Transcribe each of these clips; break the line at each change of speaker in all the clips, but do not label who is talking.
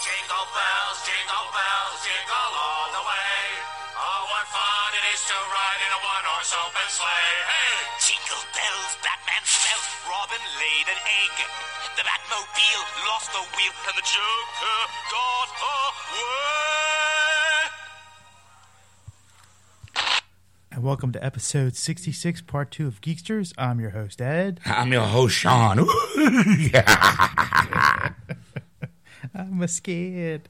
Jingle bells, jingle bells, jingle all the way. Oh, what fun it is to ride in a one-horse open sleigh. Hey!
Jingle bells, Batman fell, Robin laid an egg. The Batmobile lost the wheel, and the Joker got away.
And welcome to episode 66, part two of Geeksters. I'm your host, Ed.
I'm your host, Sean.
I'm scared.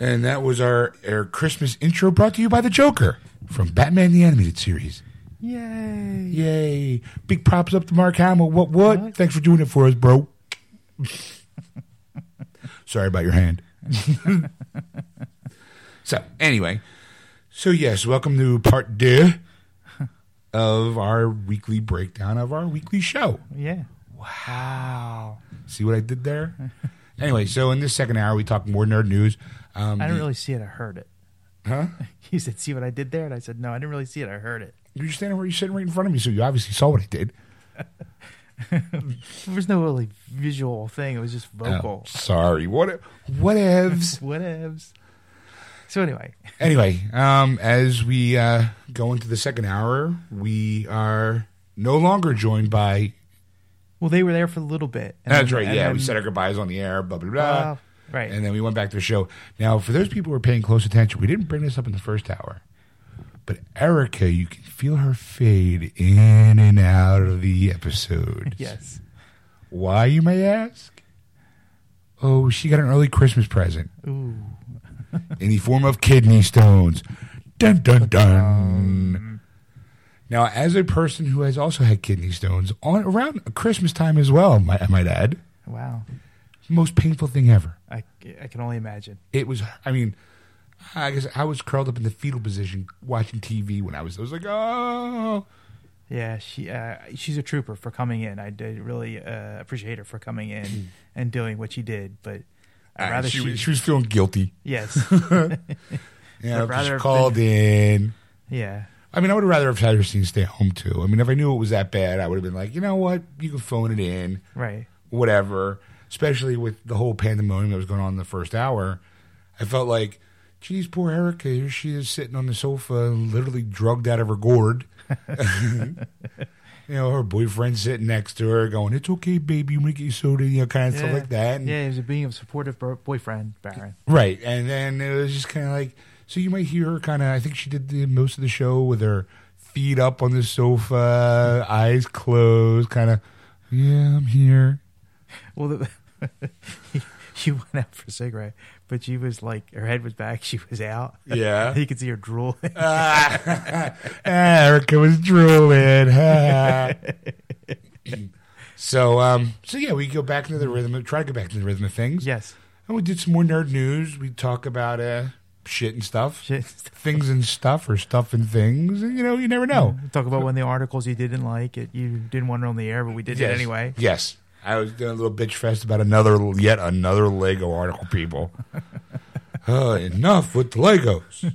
and that was our, our Christmas intro brought to you by the Joker from Batman the Animated Series.
Yay.
Yay. Big props up to Mark Hamill. What, what? Thanks for doing it for us, bro. Sorry about your hand. so, anyway. So, yes, welcome to part two of our weekly breakdown of our weekly show.
Yeah.
Wow. See what I did there? anyway, so in this second hour, we talk more nerd news. Um,
I
the-
didn't really see it. I heard it.
Huh?
He said, See what I did there? And I said, No, I didn't really see it. I heard it.
You're standing where you're sitting right in front of me, so you obviously saw what I did.
There was no really visual thing. It was just
Oh,
vocal.
sorry. What? Whatevs.
Whatevs. So, anyway,
anyway, um, as we uh, go into the second hour, we are no longer joined by.
well, they were there for a little bit. And
That's
then-
right.
and
Yeah,
then-
we said our goodbyes on the air. Blah blah blah.
Wow. Right.
And then we went back to the show. Now, for those people who are paying close attention, we didn't bring this up in the first hour, but Erica, you can feel her fade in and out of the episode.
Yes.
Why, you may ask? Oh, she got an early Christmas present. Ooh. in the form of kidney stones. Dun, dun, dun. Now, as a person who has also had kidney stones on around Christmas time as well, mi- I might add,
Wow.
most painful thing ever.
I, I can only imagine.
It was, I mean, I guess I was curled up in the fetal position watching TV when I was, I was like, oh.
Yeah, she uh, she's a trooper for coming in. I did really uh, appreciate her for coming
Hmm.
in and doing what she did, but I'd rather
Ah, she,
she,
was- she was feeling guilty.
yes,
Yeah,
rather
she
have
called in.
yeah,
I mean, I would have rather have had her seen stay at home too. I mean, if I knew it was that bad, I would have been like, you know what, you can phone it in,
right,
whatever. Especially with the whole pandemonium that was going on in the first hour, I felt like, geez, poor Erica, here she is sitting on the sofa, literally drugged out of her gourd. you know, her boyfriend sitting next to her, going, "It's okay, baby, we get you soda," you know, kind of stuff
Yeah.
like that. And-
yeah, it was a being a supportive bro- boyfriend, Baron.
Right. And then it was just kind of like, so you might hear her kind of, I think she did the, most of the show with her feet up on the sofa, eyes closed, kind of, yeah, I'm here.
Well, the, she went out for a cigarette, but she was like her head was back, she was out.
Yeah.
you could see her drooling.
Ah. Erica was drooling. so, um, so yeah, we go back into the rhythm of, try to go back to the rhythm of things.
yes,
And we did some more nerd news. We talk about, uh, shit and stuff.
Shit and stuff.
Things and stuff or stuff and things. And, you know, you never know.
talk about one of the articles you didn't like. It you didn't want it on the air, but we did it
Yes.
anyway.
Yes. I was doing a little bitch fest about another, yet another Lego article, people. Uh, enough with the Legos.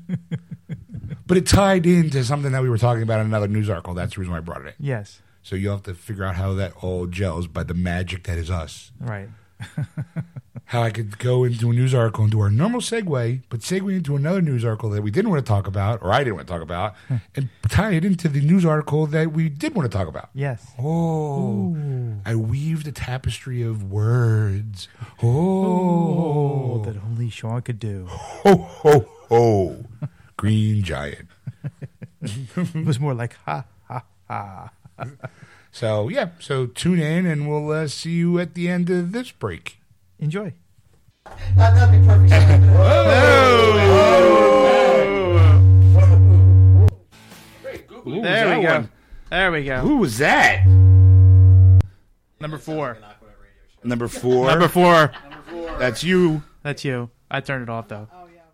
but it tied into something that we were talking about in another news article. That's the reason why I brought it in.
Yes,
So you'll have to figure out how that all gels by the magic that is us.
right.
How I could go into a news article and do our normal segue, but segue into another news article that we didn't want to talk about, or I didn't want to talk about, and tie it into the news article that we did want to talk about.
Yes.
Oh, I weaved a tapestry of words. Oh,
That only Sean could do.
ho, ho, ho. Green giant.
It was more like ha
So, yeah, so tune in and we'll uh, see you at the end of this break.
Enjoy.
Not nothing perfect.
There we go. There we go.
Who was that?
Number four.
Number four.
Number four.
That's you.
That's you. I turned it off though.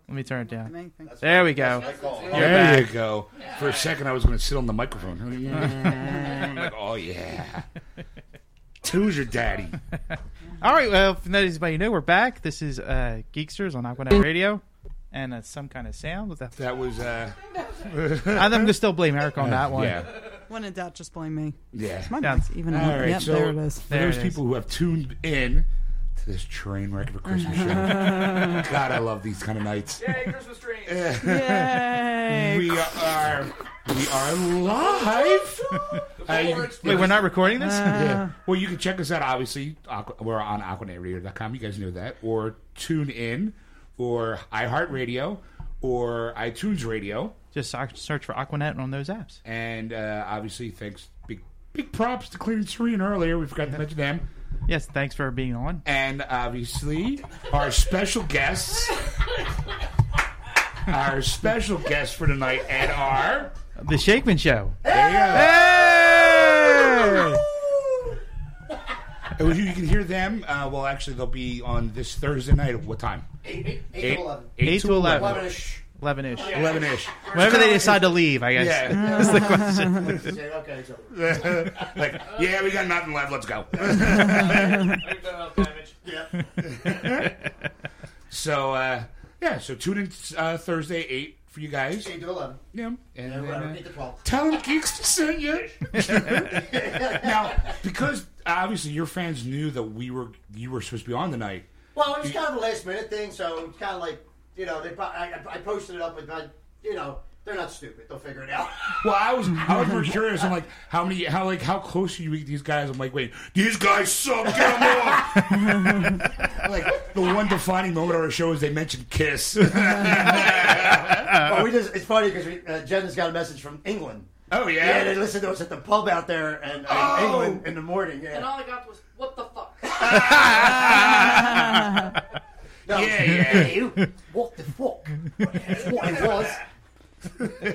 Let me turn it down.
Thank- thank-
There we go. You're
there
back.
you go. For a second, I was going to sit on the microphone. I'm like, oh, yeah. Two's your daddy.
All right. Well, if anybody new, we're back. This is uh, Geeksters on Aquanet Radio, and uh, some kind of sound. With that,
That was, uh,
I'm gonna still blame Eric on that one.
yeah.
When in doubt, just blame me.
Yeah.
My
That's-
mic's even
All
up.
right,
yep,
so
there it is.
There
for those
it is.
people who have tuned in to to this train wreck of a Christmas show. God, I love these kind of nights.
Yay, Christmas tree!
Yay.
We are we are live. Uh, you can-
Wait, we're not recording this?
Yeah. Well, you can check us out. Obviously, Aqua- we're on AquanetRadio.com. You guys know that, or tune in, or iHeartRadio, or iTunes Radio,
Just so- search for Aquanet on those apps.
and uh, obviously, thanks big big props to Clean and Serene earlier. We forgot to mention them,
Yes, thanks for being on.
and obviously our special guests. Our special guests for tonight and our
The Shakeman Show.
It was- You can hear them. Uh, well, actually, they'll be on this Thursday night. At what time?
Eight, eight,
Eight,
Eight to 11.
eleven-ish.
11 ish.
11 ish.
Whenever they decide to leave, I guess.
Yeah.
That's the question.
Say, okay, it's over.
like, yeah, we got nothing left. Let's go.
We've done enough damage. Yeah.
so, uh, yeah, so tune in uh, Thursday, 8 for you guys.
Eight to eleven.
Yeah. And,
And
then, uh,
we're eight to twelve.
tell them Geeks to send you. now, because obviously your fans knew that we were you were supposed to be on tonight.
Well, it was kind of a last minute thing, so it's kind of like you know they. pro- I, I posted it up with my, you know, they're not stupid. They'll figure it out.
Well, I was I was more curious. I'm like, how many, how like, how close are you to these guys? I'm like, wait, these guys suck. Get them off. like the one defining moment of our show is they mentioned Kiss.
Well, we just, it's funny because uh, Jen has got a message from England.
oh
Yeah, they listened to us at the pub out there in uh,
Oh.
England in the morning.
And
Yeah.
all I got was, what the fuck?
No,
Yeah, yeah.
you- What the fuck? That's what it was.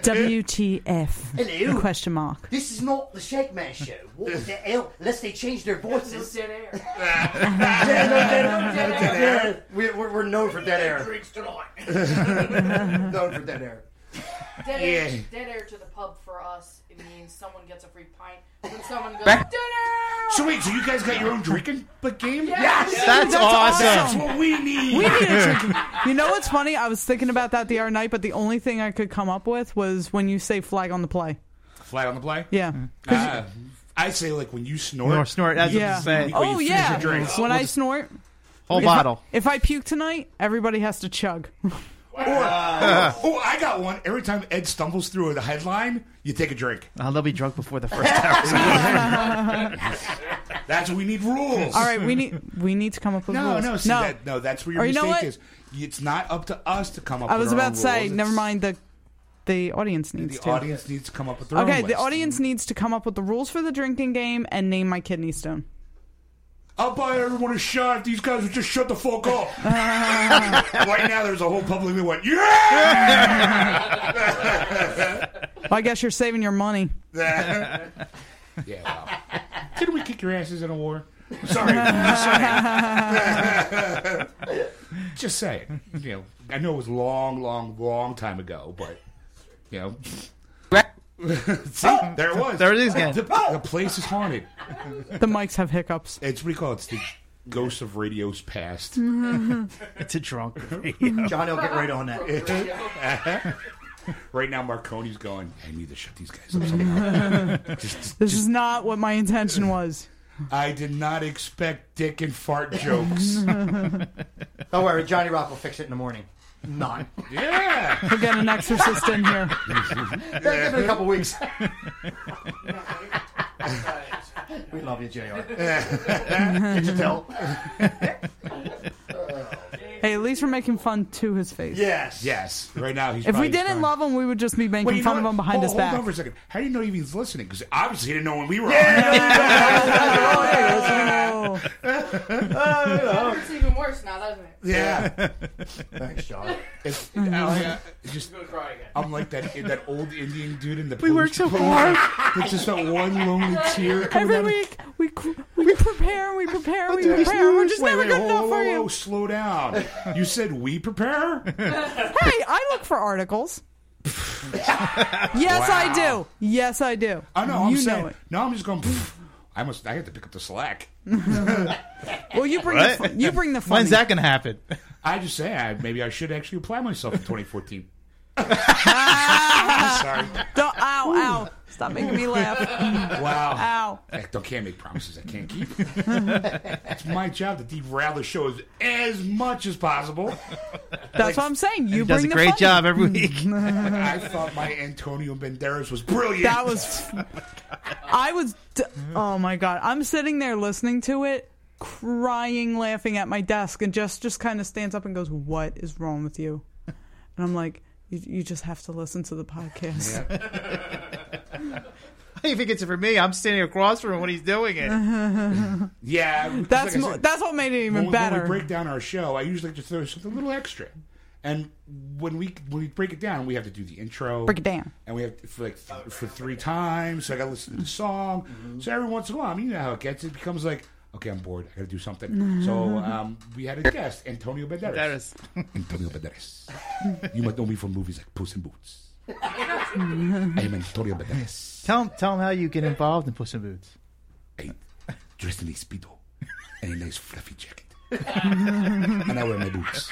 WTF?
Hello.
Question mark.
This is not the Shake Man show. What the hell? Unless they change their
This is
voices.
dead air.
Yeah, no, dead-
Dead
dead
air.
air. We- We're, we're known for dead air.
Drinks tonight.
Known for dead air.
Dead air,
Yeah.
dead air to the pub for us. It means someone gets a free pint. When someone goes, dead air!
So wait, so you guys got your own drinking but game?
That's,
That's
awesome.
what we need.
We need a drink. You know what's funny? I was thinking about that the other night, but the only thing I could come up with was when you say flag on the play.
Flag on the play.
Yeah.
Uh, I say like when you snort.
Or snort, that's what
Yeah.
I'm saying.
Well, you
Oh,
finish
yeah.
your drink.
When I snort,
Whole bottle.
if I puke tonight, everybody has to chug.
Oh, I got one. Every time Ed stumbles through the headline, you take a drink.
Oh, they'll be drunk before the first hour.
That's what we need rules.
All right, we need we need to come up with
No,
rules.
no, see, That, no. That's where your
Or you know
mistake
what?
is. It's not up to us to come up.
I
with
was
our
about
own
to say,
rules.
never
It's-
mind. The the audience needs
The
to.
audience Oh, needs to come up with their
okay,
own.
the
list.
audience needs to come up with the rules for the drinking game and name my kidney stone.
I'll buy everyone a shot if these guys would just shut the fuck up. right now, there's a whole public that went, yeah!
Well, I guess you're saving your money.
yeah, wow. Didn't we kick your asses in a war? Sorry, sorry. Just say it. You know, I know it was a long, long, long time ago, but you know, see, there it was. Oh!
There it is again.
The, the place is haunted.
The mics have hiccups.
It's what do you call it? It's the ghost of radio's past.
It's a drunk.
Johnny will get right on that.
Right now, Marconi's going. I need to shut these guys up. somehow."
This is not what my intention was.
I did not expect dick and fart jokes.
Don't worry, Johnny Rock will fix it in the morning. Not.
yeah.
We'll get an exorcist in here.
Give it a couple weeks. we love you, JR. Did you tell?
Hey, at least we're making fun to his face.
Yes.
Yes. Right now, he's.
If
probably
we
just
didn't
going,
love him, we would just be making
Wait, you know
fun of
what?
him behind
hold,
his
hold
back.
on for a second. How do you know he was listening? Because obviously he didn't know when we were
Oh,
It's even worse now, doesn't it?
on. Yeah.
Thanks, John.
It's, I, uh, just,
gonna cry again.
I'm like that that old Indian dude in the.
We work so
hard. It's just that one lonely tear coming
every
down.
week we cr- we prepare, we prepare, we prepare. We're just
wait,
never
wait,
good
whoa,
enough
whoa,
for
whoa, whoa,
you.
Slow down. You said we prepare.
Hey, I look for articles. yes, I do. Yes, I do.
I know. I'm
you
saying.
know it.
No, I'm just going. "Pff, I must. I have to pick up the slack.
Well, you bring
What?
the fu- you bring the funny.
When's that going to happen?
I just say I, maybe I should actually apply myself in 2014. I'm sorry.
Don't, ow, ow. Stop making me laugh.
Wow.
Ow.
I don't can't make promises I can't keep. it's my job to derail the show as, as much as possible.
That's what I'm saying. You
He does
bring
a
the
great
funny.
job every week.
I thought my Antonio Banderas was brilliant.
That was. I was. d- Oh my god! I'm sitting there listening to it, crying, laughing at my desk, and just just kind of stands up and goes, "What is wrong with you?" And I'm like, "You, you just have to listen to the podcast."
He thinks it for me. I'm standing across from him when he's doing
Uh-huh.
it.
yeah. just
That's
like I
mo-
said,
that's what made it even
when, we- when
better.
we break down our show, I usually like to throw something a little extra. And when we when we break it down, we have to do the intro.
Break it down.
And we have to, for like th- for three times. So I got to listen to the song.
Mm-hmm.
So every once in a while, I mean, you know how it gets. It becomes like, okay, I'm bored. I got to do
Mm-hmm.
something. so um, we had a guest, Antonio Banderas.
That is
Antonio Banderas. you might know me from movies like Puss in Boots. I am Antonio Banderas.
Tell him, tell him how you get involved in Puss in Boots.
I dressed in a speedo and a nice fluffy jacket. and I wear my boots.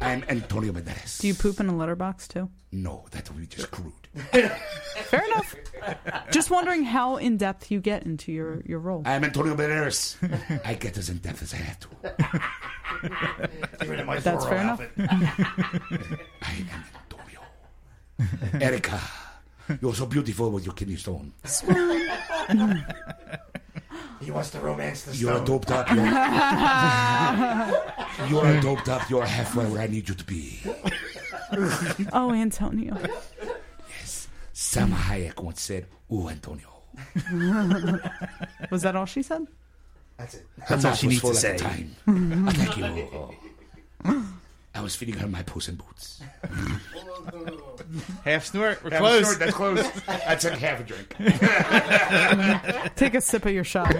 I'm Antonio Banderas.
Do you poop in a letterbox too?
No, that would be just crude.
Fair enough. Just wondering how in depth you get into your your role.
I'm Antonio Banderas. I get as in depth as I have to.
Get rid of my
That's
Zorro
fair enough.
outfit.
I am Antonio. Erica, you're so beautiful with your kidney stone.
He wants to romance the
You're
stone.
a doped up. You're, you're a doped up. You're halfway where I need you to be.
Oh, Antonio.
Sam Hayek once said, "Ooh, Antonio."
Was that all she said?
That's it.
That's all she
needs to say.
Time. Thank you. I was feeding her my puss in boots.
Half snort. We're close.
That's close. That's like half a drink.
Take a sip of your shot.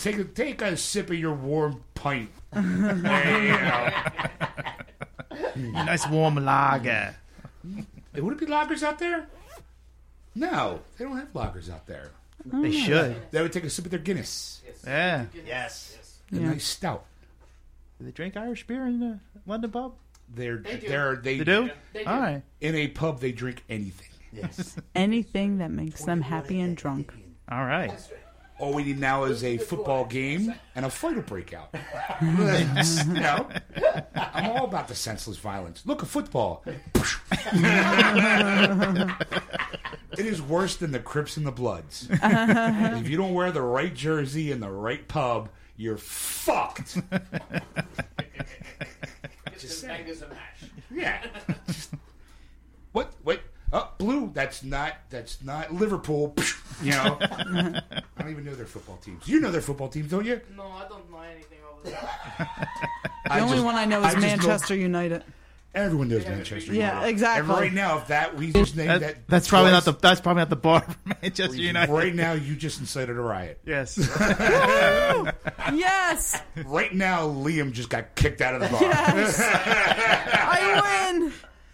Take a, take a sip of your warm pint.
Nice warm lager.
Hey, Would it be loggers out there? No, they don't have loggers out there.
Mm.
They should.
They would take a sip of their Guinness,
Yeah.
yes.
a
Yeah.
nice stout.
Do they drink Irish beer in the London pub?
They're
do.
they are they
They do?
They do.
All right.
in a pub. They drink anything.
Anything that makes them happy and drunk.
All right.
All we need now is a football game and a fight will break out. you know, I'm all about the senseless violence. Look, a football. it is worse than the Crips and the Bloods. if you don't wear the right jersey in the right pub, you're fucked.
Just bangers and mash.
Yeah. what? Wait. Oh, blue. That's not. That's not Liverpool. You know. I don't even know their football teams. You know their football teams, don't you?
No, I don't know anything over there.
The only one I know is
just know-
Manchester United.
Everyone knows Manchester.
Yeah,
United.
exactly.
And right now, if that we just named that,
That, that's probably not
twice,
the that's probably not the bar for Manchester United.
Right now, you just incited a riot.
Yes.
Yes,
Right now, Liam just got kicked out of the bar.
yes. I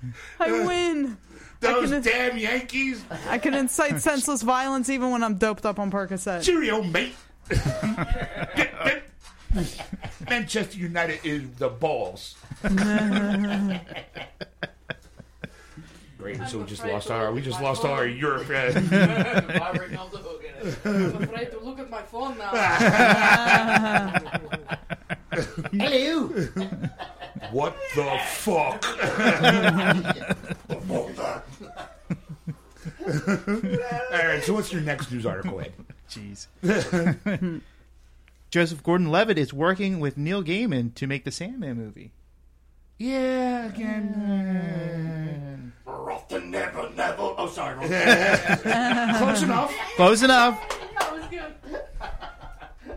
win. I win.
Those
can-
damn Yankees.
I can incite senseless violence even when I'm doped up on Percocet.
Cheerio, mate. Manchester United is the balls. Great. So we just lost our. We just lost our Europe. uh,
I recall the hook in it. I'm afraid to look at my phone now.
Hello.
what the fuck? All right. So what's your next news article? Ed?
Jeez. Joseph Gordon-Levitt is working with Neil Gaiman to make the Sandman movie.
Yeah. Again.
Rough the never, never. Oh, sorry. Rough
uh, close enough.
Close enough.
That was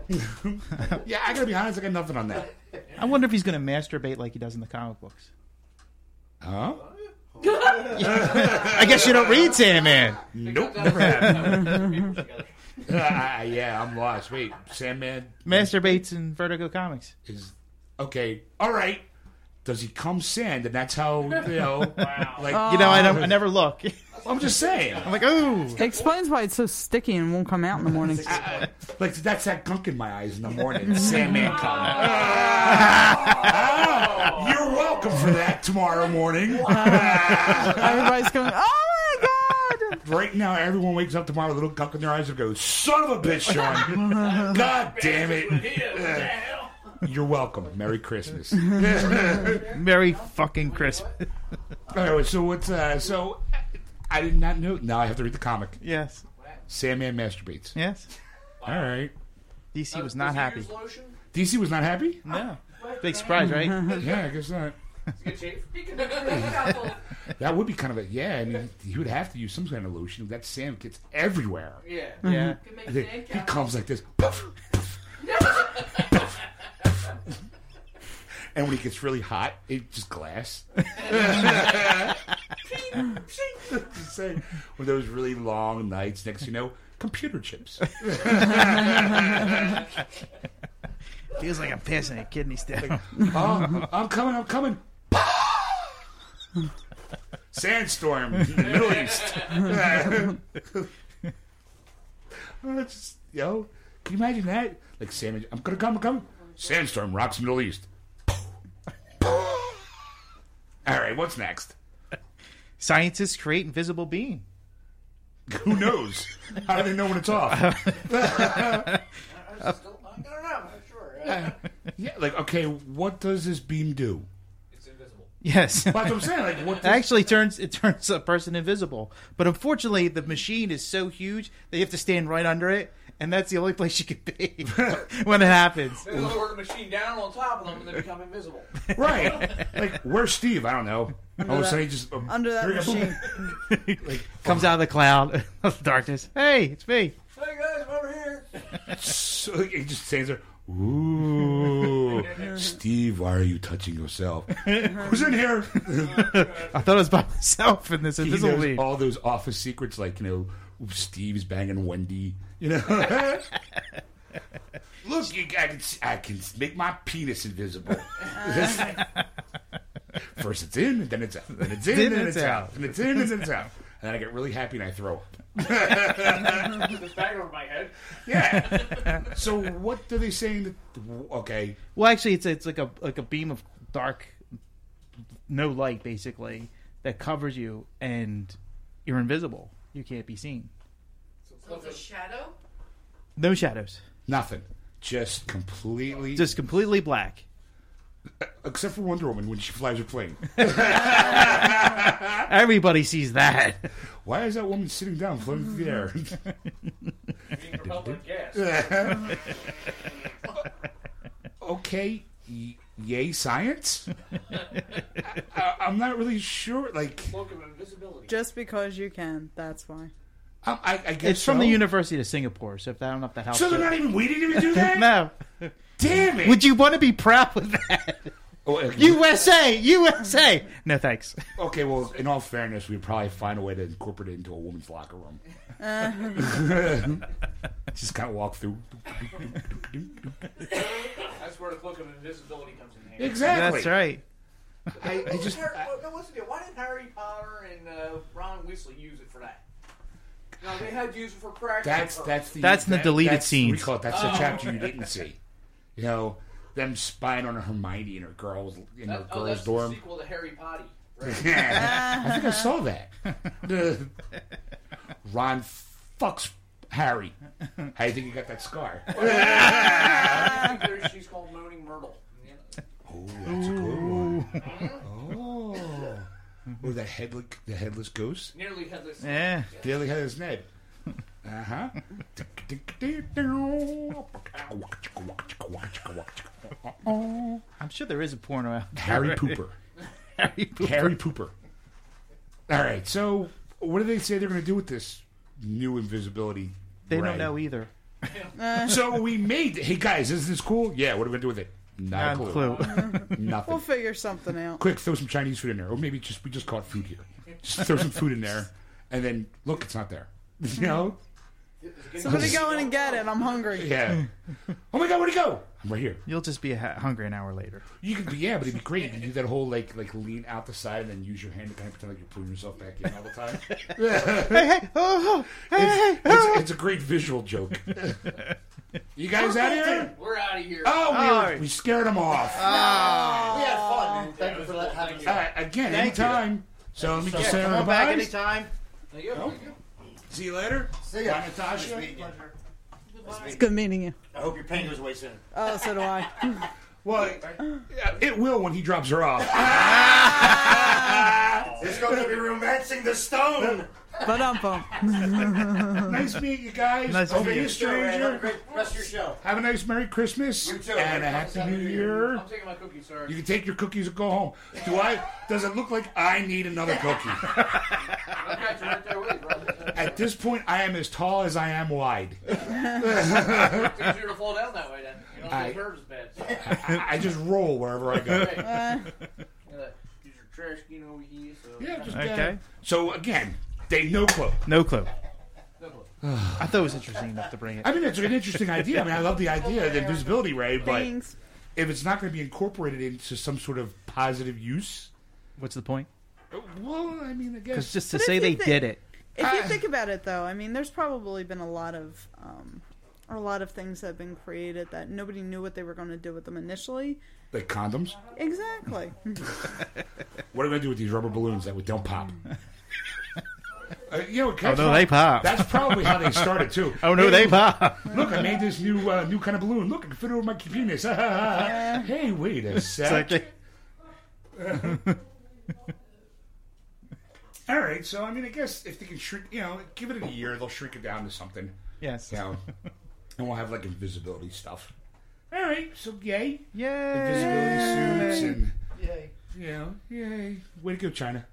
good.
Yeah. I gotta be honest. I got nothing on that.
I wonder if he's going to masturbate like he does in the comic books.
Huh?
I guess you don't read Sandman.
Nope. Never happened. Ah, yeah. I'm lost. Wait. Sandman.
Masturbates in Vertigo Comics.
is okay. All right. Does he come sand? And that's how you know. Like
You know, I, don't, I never look.
I'm just saying.
I'm like, ooh.
It explains why it's so sticky and won't come out in the morning.
Like that's that gunk in my eyes in the morning. Ah. Sandman coming. Ah. You're welcome for that tomorrow morning.
Everybody's going, oh my god!
right now, everyone wakes up tomorrow with a little gunk in their eyes and goes, "Son of a bitch, Sean! God damn it! You're welcome. Merry Christmas."
Merry fucking Christmas.
Anyway, so what's uh, so? I did not know. Now I have to read the comic.
Yes.
Sandman masturbates.
Yes.
All right.
DC was not happy.
DC was not happy.
No. Big surprise, right?
Yeah, I guess not. That would be kind of a yeah. I mean, he would have to use some kind of lotion. That sand gets everywhere.
Yeah.
Yeah.
He he comes like this. Puff, puff, puff, puff. and when he gets really hot, it just glass. Just saying. One of those really long nights, next you know, computer chips.
Feels like I'm passing a kidney stone.
Oh, I'm coming, I'm coming. Sandstorm in the Middle East. Oh, it's just, yo, can you imagine that? Like Sam, I'm gonna come, I'm coming. Sandstorm rocks Middle East. All right, what's next?
Scientists create invisible being.
Who knows? How do they know when it's off?
I don't know. I'm not sure. Yeah.
Yeah, like okay, what does this beam do?
It's invisible.
Yes. It
That's what I'm saying. Like what? Does,
actually turns it turns a person invisible. But unfortunately the machine is so huge that you have to stand right under it, and that's the only place you can be when it happens.
They lower the machine down on top of them and they become invisible.
right? Like where's Steve? I don't know. All of a sudden, he just
Under that machine.
Comes out of the cloud of darkness. Hey, it's me.
Hey guys, I'm over here.
So like, he just stands there. Ooh, Steve, why are you touching yourself?
Uh-huh.
Who's in here?
I thought I was by myself in this
He
invisible
knows
league.
all those office secrets, like you know, Steve's banging Wendy. You know, look, you, I can s- I can make my penis invisible. First it's in, and then it's out, then it's in,
Then
and then
it's
it's out.
out.
and it's in, and then it's out. And then I get really happy and I throw up.
This bag over my head.
Yeah. so what are they saying? That, okay,
Well, actually, it's it's like a like a beam of dark, no light basically that covers you, and you're invisible. You can't be seen.
So it's a shadow?
No shadows,
nothing. Just completely
just completely black.
except for Wonder Woman when she flies her plane.
Everybody sees that.
Why is that woman sitting down floating through the air?
Being propelled by gas.
okay, y- yay science. I- I- am not really sure. Like,
Cloak of invisibility.
Just because you can, that's why.
I, I, I guess
It's from
so.
the University of Singapore, so if that, I don't know if that helps.
So they're
you.
not even waiting to do that.
no.
Damn it!
Would you want to be proud of that?
Oh, okay.
USA, USA. No thanks.
okay, well, in all fairness, we'd probably find a way to incorporate it into a woman's locker room. Just kind of walk through.
That's where the cloak of invisibility comes in handy.
Exactly.
That's right.
I, I just.
Harry, well, no, what's the deal? Why did Harry Potter and uh, Ron Weasley use it for that? No, they had to use it for Oh, practical.
That's
purpose.
that's the
That's in the deleted
that's- We
scenes.
call it that's the chapter you didn't see. You know them spying on Hermione in her girls in her
That- oh,
girls
that's
dorm.
the sequel to Harry Potter. Right.
Yeah, I think I saw that. The- Ron fucks Harry. How do you think he got that scar?
I think there's- she's called Moaning Myrtle.
Oh, that's a good one. Oh, or the headless the headless ghost.
Nearly headless.
Yeah.
Daily headless Ned. Uh huh.
I'm sure there is a porno out there.
Harry Pooper.
Harry Potter.
Harry Pooper. All right. So, what do they say they're going to do with this new invisibility?
They
ray?
don't know either.
So we made. Hey guys, is this cool? Yeah. What are we going to do with it? Not a
Not a
clue.
clue.
Nothing.
We'll figure something out.
Quick, throw some Chinese food in there, or maybe just we just call it food here. Just throw some food in there, and then look, it's not there. You know.
Somebody go in and get it. I'm hungry.
Yeah. oh my god, where'd he go? I'm right here.
You'll just be ha- hungry an hour later.
You could be, yeah, but it'd be great. You could do that whole like like lean out the side and then use your hand to kind of pretend like you're pulling yourself back in all the time.
oh,
it's, it's, it's a great visual joke. you guys out here?
We're out of here.
Oh, we,
All
were-
right.
we scared him off.
We had fun, man. Thank you for let- having us.
All right, again,
you.
anytime. So let me just say
Come
our
on back
goodbyes.
anytime.
There you go.
See you later.
See ya.
Bye, Natasha.
Nice meeting you.
It's good meeting you.
I hope your pain goes away soon.
Oh, so do I.
Well, it will when he drops her off.
It's going to be romancing the stone.
But I'm fine.
nice meeting you guys.
Nice
Over
meeting you.
you,
Have a
stranger.
great rest of your show.
Have a nice Merry Christmas
You too.
and a Happy New Year.
I'm taking my cookies, sir.
You can take your cookies and go home. Do I? Does it look like I need another cookie?
I got you right there with you, bro.
At this point, I am as tall as I am wide.
It's easier to fall down that way then. You don't
I-
get hurt as bad. So,
I, I just roll wherever I go.
hey,
Uh,
you know, use your trash can over here. So
Yeah, just uh,
Okay.
so again, they no clue.
No clue.
No clue.
I thought it was interesting enough to bring it.
I mean, it's an interesting idea. I mean, I love the idea, the invisibility ray, but
Thanks.
if it's not going to be incorporated into some sort of positive use,
What's the point?
uh, well, I mean, I
Because
guess
just to
But if
say
you
they
thi-
did it.
If you
I-
think about it, though, I mean, there's probably been a lot of, um, or a lot of things that have been created that nobody knew what they were going to do with them initially.
like condoms.
Exactly.
What are we going to do with these rubber balloons that we don't pop? Uh, you know,
Oh, no, they pop.
That's probably how they started too.
oh no, they pop.
Look, I made this new uh, new kind of balloon. Look, I can fit it over my penis. hey, wait a
It's like
sec.
they-
All right, so I mean, I guess if they can shrink, you know, give it a year, they'll shrink it down to something.
yes.
You know, and we'll have like invisibility stuff. All right, so yay,
Yay.
invisibility suits and yay, you know, yay. Way to go, China,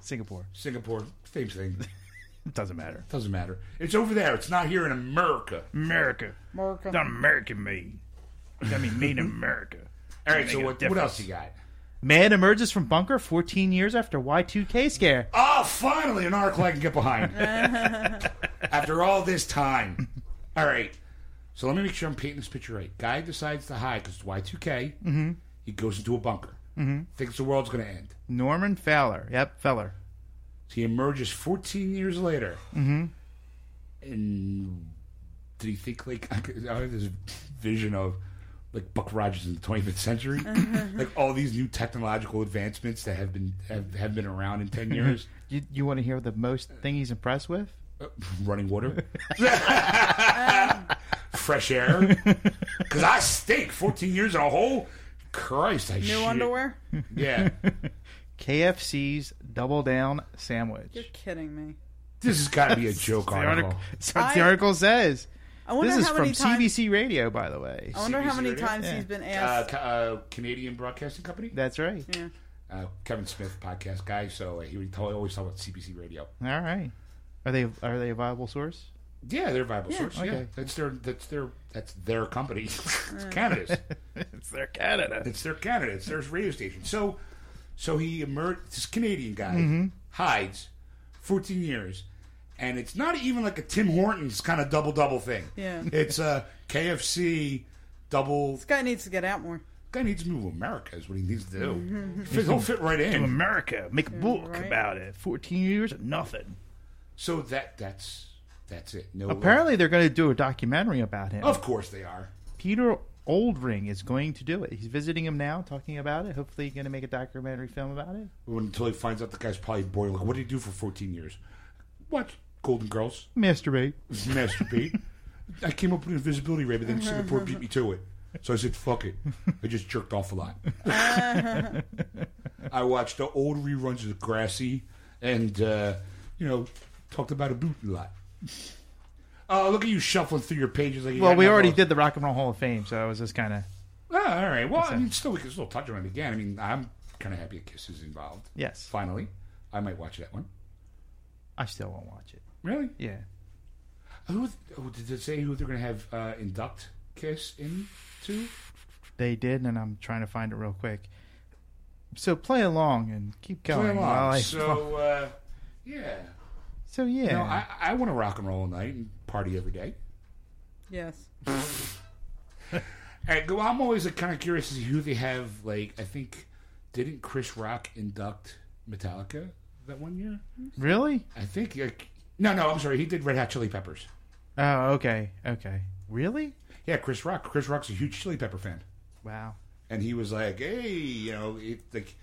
Singapore.
Singapore, same thing.
Doesn't matter.
Doesn't matter. It's over there. It's not here in America.
Mm. America.
America.
The American me. I mean, mean America.
All right,
Make
so
a
what, what
difference.
else you got?
Man emerges from bunker 14 years after Y2K scare.
Oh, finally, an arc I can get behind. After all this time. All right. So let me make sure I'm painting this picture right. Guy decides to hide because it's Y2K. Mm-hmm. He goes into a bunker. Mm-hmm. Thinks the world's going to end.
Norman Fowler. Yep, Feller.
He emerges 14 years later. Mm-hmm. And did he think, like, I, could, I have this vision of, like, Buck Rogers in the 25th century? like, all these new technological advancements that have been have, have been around in 10 years.
You, you want to hear the most thing he's impressed with?
Uh, running water, fresh air. Because I stink. Fourteen years in a hole. Christ, I
New
shit.
underwear?
Yeah,
KFC's Double Down Sandwich.
You're kidding me.
this has got to be a joke
The article,
article.
that's what the
I-
article says.
I wonder
This is
how
from
many times. Oh.
CBC Radio, by the way.
I wonder how
CBC
many
Radio?
times
Yeah.
he's been
Uh,
asked.
ca- uh, Canadian Broadcasting Company,
That's right.
yeah.
uh, Kevin Smith podcast guy. So uh, he would tell- always talk about CBC Radio.
All right. Are they are they a viable source?
Yeah, they're a viable source. Yeah,
okay.
that's their that's their that's their company. it's Canada's.
it's their Canada.
It's their Canada. It's their radio station. So, so he emerged. This Canadian guy hides, fourteen years, and it's not even like a Tim Hortons kind of double double thing.
Yeah.
it's a KFC double.
This guy needs to get out more.
Guy needs to move to America. Is what he needs to do. Fit- He'll fit right in.
America, make a book
right.
about it. Fourteen years of nothing.
So that that's that's it. No,
Apparently, they're going to do a documentary about him.
of course they are.
Peter Oldring is going to do it. He's visiting him now, talking about it. Hopefully, going to make a documentary film about it.
Until he finds out the guy's probably bored. Like, what did he do for fourteen years? Watch Golden Girls.
Masturbate.
masturbate. I came up with invisibility ray, but then Singapore beat me to it. So I said, fuck it. I just jerked off a lot. I watched the old reruns of the Grassy and, uh, you know, talked about a boot a lot. Oh, look at you shuffling through your pages. Like you
Well,
got
we
nothing
already
else.
did the Rock and Roll Hall of Fame, so I was just kind of
Ah, all right. Well, I mean, still, we can still touch on it again. I mean, I'm kind of happy that Kiss is involved.
yes.
Finally, I might watch that one.
I still won't watch it.
Really?
Yeah,
Who? Oh, did it say who they're going to have uh, induct Kiss into?
they did, and I'm trying to find it real quick. So play along and keep going.
Play along.
while I-
so, uh, yeah.
So yeah,
You know, I, I want to rock and roll all night and party every day.
Yes.
All right, go- I'm always like, kind of curious to see who they have. Like, I think didn't Chris Rock induct Metallica that one year?
really?
I think. Like, no, no, I'm sorry. He did Red Hot Chili Peppers.
Oh, okay, okay. Really?
Yeah, Chris Rock. Chris Rock's a huge Chili Pepper fan,
Wow.
and he was like, "Hey, you know, it, like,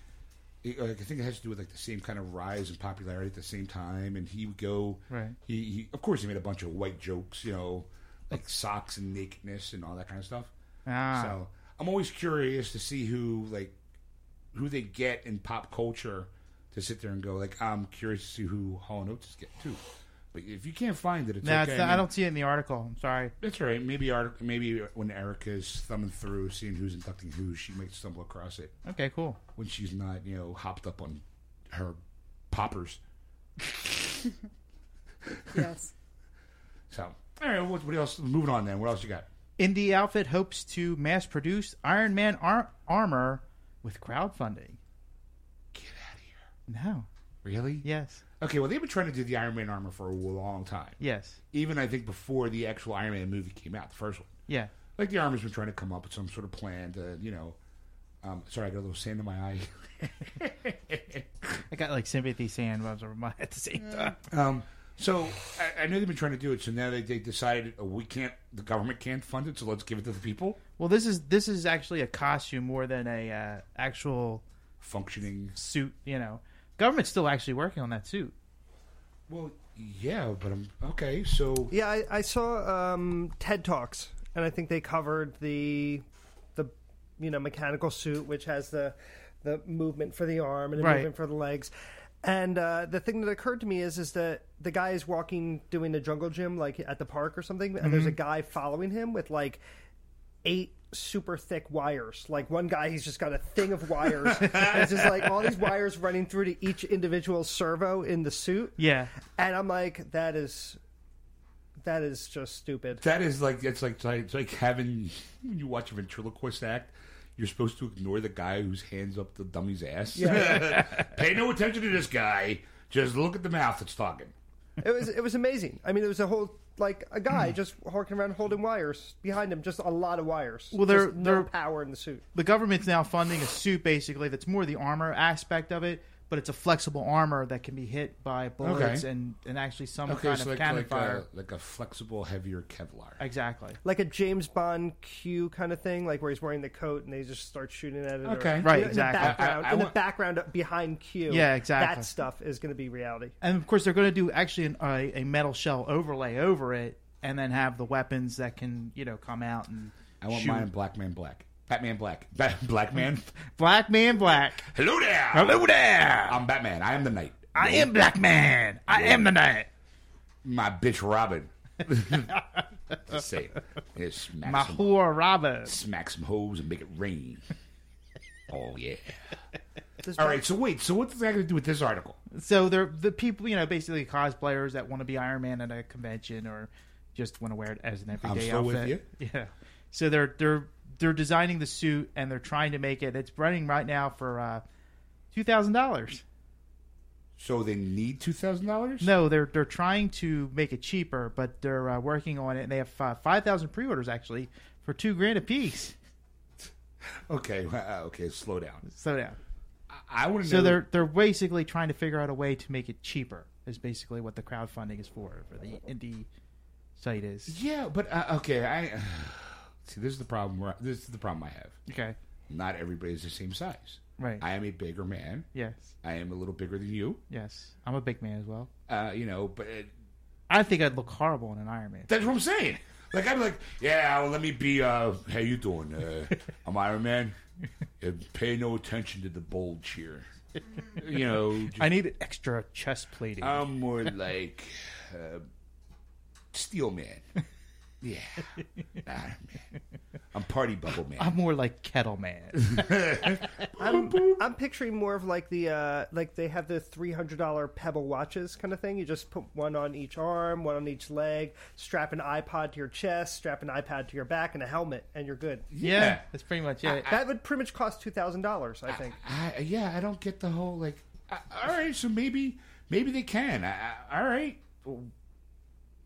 it, like, I think it has to do with like the same kind of rise in popularity at the same time." And he would go,
Right.
He, he of course, he made a bunch of white jokes, you know, like socks and nakedness and all that kind of stuff.
Ah,
So I'm always curious to see who like who they get in pop culture to sit there and go like I'm curious to see who Hall and Oates get too. But if you can't find it, it's
no,
okay.
it's not- I don't see it in the article. I'm sorry.
That's all right. Maybe art, maybe when Erica's thumbing through, seeing who's inducting who, she might stumble across it
Okay, cool.
when she's not you know hopped up on her poppers.
Yes.
So all right, what, what else? Moving on then. What else you got?
Indie outfit hopes to mass produce Iron Man ar- armor with crowdfunding.
Get out of here.
No.
Really?
Yes.
Okay. Well, they've been trying to do the Iron Man armor for a long time.
Yes.
even I think before the actual Iron Man movie came out, the first one.
Yeah.
Like the Army's been trying to come up with some sort of plan to, you know, um, sorry, I got a little sand in my eye.
I got like sympathy sand rubs over my at the same time.
um, so I, I know they've been trying to do it. So now they, they decided oh, we can't, the government can't fund it, so let's give it to the people.
Well, this is this is actually a costume more than a uh, actual
Functioning.
suit. You know, government's still actually working on that suit.
Well, yeah, but I'm okay. So
Yeah, I, I saw um, TED Talks, and I think they covered the the you know mechanical suit, which has the the movement for the arm and the
Right.
movement for the legs. And uh, the thing that occurred to me is is that the guy is walking doing the jungle gym like at the park or something, and there's a
Mm-hmm.
guy following him with like eight super thick wires. Like one guy, he's just got a thing of wires. and it's just like all these wires running through to each individual servo in the suit.
Yeah.
And I'm like, that is, that is just stupid.
that is like, it's like, it's like having, when you watch a ventriloquist act, you're supposed to ignore the guy whose hands up the dummy's ass. Pay no attention to this guy. Just look at the mouth that's talking.
It was it was amazing. I mean, it was a whole like a guy just harking around holding wires behind him, just a lot of wires.
Well, they're-
Just no
they're-
power in the suit.
The government's now funding a suit basically that's more the armor aspect of it, but it's a flexible armor that can be hit by bullets
Okay.
and, and actually some
Okay,
kind
so
of
like, uh,
cannon
like,
fire.
a, like a flexible, heavier Kevlar.
Exactly.
Like a James Bond Q kind of thing, like where he's wearing the coat and they just start shooting at it. or-
Okay.
you
Right,
know, In the
exactly.
background,
I- I
in the
want-
background behind Q.
Yeah, exactly.
That stuff is going to be reality.
And of course, they're going to do actually an, a, a metal shell overlay over it, and then have the weapons that can you know come out and
I want
shoot.
mine black man black. Batman black. Bat- black man.
Black man, black.
Hello there.
Hello there.
I'm Batman. I am the knight.
I am black man. I am the knight.
My bitch Robin. Just say it. Yeah, smack,
My
some,
whore Robert.
smack some hoes and make it rain. Oh, yeah.
This
All right, so wait. So what's that going to do with this article?
So they're the people you know basically cosplayers that want to be Iron Man at a convention or just want to wear it as an everyday
still with
outfit. Yeah. So they're they're they're designing the suit and they're trying to make it. It's running right now for uh, two thousand dollars.
So they need two thousand dollars?
No, they're they're trying to make it cheaper, but they're uh, working on it, and they have uh, five thousand pre-orders actually for two grand apiece.
Okay. wow, Okay. Slow down.
So yeah,
I want to know.
so they're they're basically trying to figure out a way to make it cheaper. Is basically what the crowdfunding is for for the indie site is.
Yeah, but uh, okay. I see. This is the problem. Where, this is the problem I have.
Okay,
Not everybody's the same size.
right?
I am a bigger man.
yes,
I am a little bigger than you.
yes. I'm a big man as well.
Uh, you know, but uh,
I think I'd look horrible in an Iron Man.
that's what I'm saying. Like I'm like, yeah, well, let me be. Uh, how you doing? Uh, I'm Iron Man. Uh, pay no attention to the bulge here. You know, just-
I need extra chest plating.
Um,
I'm more like uh, Steel Man. Yeah, Iron Man. I'm Party Bubble Man.
I'm more like Kettle Man.
I'm, I'm picturing more of like the uh, like they have the three hundred dollar Pebble watches kind of thing. You just put one on each arm, one on each leg, strap an iPod to your chest, strap an iPad to your back, and a helmet, and you're good.
yeah, that's pretty much it.
That would pretty much cost two thousand dollars, I think.
I, yeah, I don't get the whole like. I, all uh, right, so maybe Maybe they can. I, I, all right.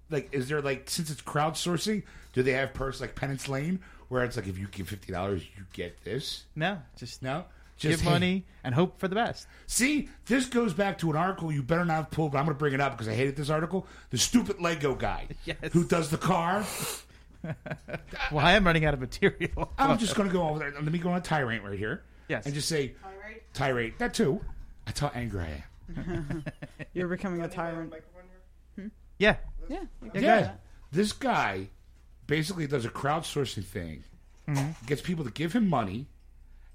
Like, is there like since it's crowdsourcing, do they have perks like Penance Lane, where it's like if you give fifty dollars, you get this?
No, just
no.
Give money and hope for the best.
See, this goes back to an article you better not have pulled, but I'm going to bring it up because I hated this article. The stupid Lego guy who does the car.
Well, I am running out of material.
I'm just going to go over there. Let me go on a tirade right here.
Yes.
And just say tirade. That too. That's how angry I am.
You're becoming a tyrant.
Yeah.
Yeah. you can
Yeah.
do that.
This guy basically does a crowdsourcing thing,
Mhm.
gets people to give him money,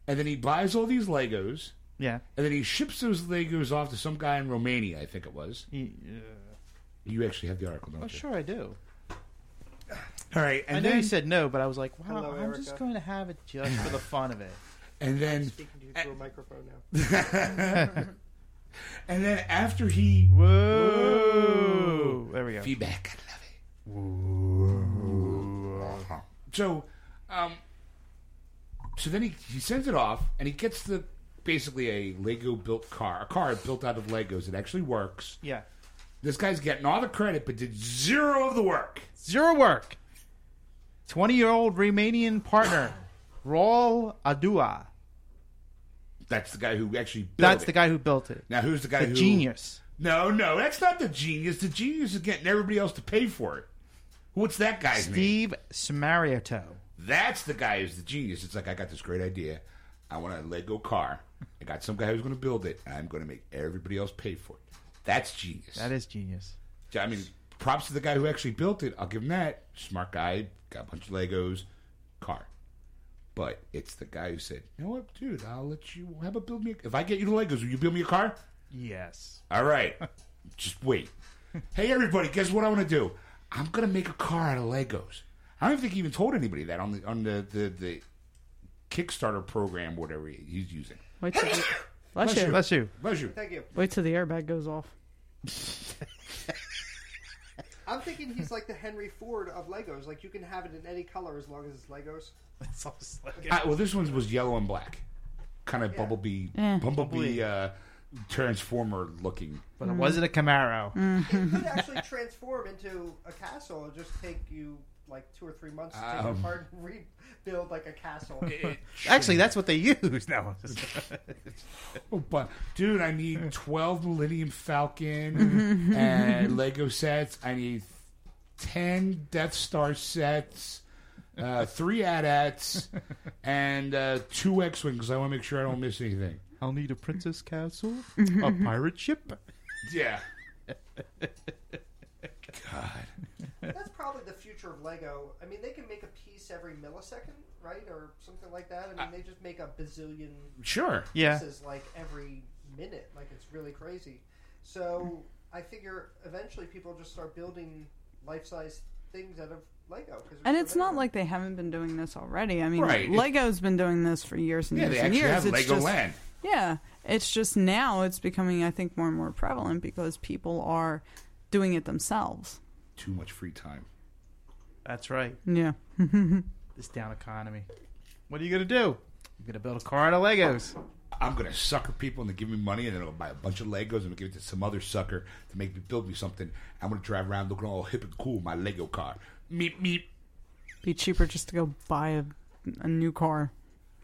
and then he buys all these Legos,
Yeah.
and then he ships those Legos off to some guy in Romania, I think it was.
Mm. uh,
You actually have the article, don't
Oh,
you?
sure, I do.
All right. And
I know
then,
you said no, but I was like, wow,
Hello,
I'm just
Erica.
going to have it just for the fun of it.
And then.
Speaking to you through a microphone now.
and then after he. Whoa!
There we go.
Feedback. I love it. So, um, so then he, he sends it off and he gets the basically a Lego built car, a car built out of Legos. It actually works.
Yeah.
This guy's getting all the credit, but did zero of the work.
Zero work. 20 year old Romanian partner, Raul Adua.
That's the guy who actually built
That's
it.
the guy who built it.
Now, who's the guy
The
who.
genius.
No, no, that's not the genius. The genius is getting everybody else to pay for it. What's that guy's name?
Steve Smarioto.
That's the guy who's the genius. It's like I got this great idea. I want a Lego car. I got some guy who's going to build it, and I'm going to make everybody else pay for it. That's genius.
That is genius.
I mean, props to the guy who actually built it. I'll give him that. Smart guy, got a bunch of Legos, car. But it's the guy who said, "You know what, dude? I'll let you have a build me. A, if I get you the Legos, will you build me a car?"
Yes.
All right. Just wait. Hey, everybody, guess what I want to do? I'm going to make a car out of Legos. I don't think he even told anybody that on the on the, the, the Kickstarter program, whatever he- he's using.
Wait till the, bless,
Bless
you.
you.
Bless you.
Bless you.
Thank you.
Wait till the airbag goes off.
I'm thinking he's like the Henry Ford of Legos. Like you can have it in any color as long as it's Legos.
That's
Ah, well, this one was yellow and black. Kind of Bumblebee,
Eh.
Bumblebee uh, Transformer looking.
But it wasn't a Camaro.
It could actually transform into a castle. It'd just take you like two or three months to take
Um.
it apart and rebuild like a castle.
Actually, that's what they use now.
Oh, but dude, I need twelve Millennium Falcon and Lego sets. I need ten Death Star sets, uh, three AT-ATs, and uh, two X-wings. I want to make sure I don't miss anything.
I'll need a princess castle, a pirate ship.
Yeah.
That's probably the future of Lego. I mean, they can make a piece every millisecond, right, or something like that. I mean, they just make a bazillion
Sure. Yeah.
pieces like every minute. Like it's really crazy. So I figure eventually people just start building life-size things out of Lego. 'cause
And it's not like they haven't been doing this already. I mean,
Right.
Lego's been doing this for years and
Yeah,
years
they
and
actually
years.
have
It's
Lego
just-
Land.
Yeah, it's just now it's becoming, I think, more and more prevalent because people are doing it themselves.
Too much free time.
That's right.
Yeah.
This down economy. What are you going to do? You're going to build a car out of Legos.
I'm gonna sucker people and they give me money, and then I'll buy a bunch of Legos and give it to some other sucker to make me build me something. I'm gonna drive around looking all hip and cool in my Lego car. Meep meep.
Be cheaper just to go buy a, a new car.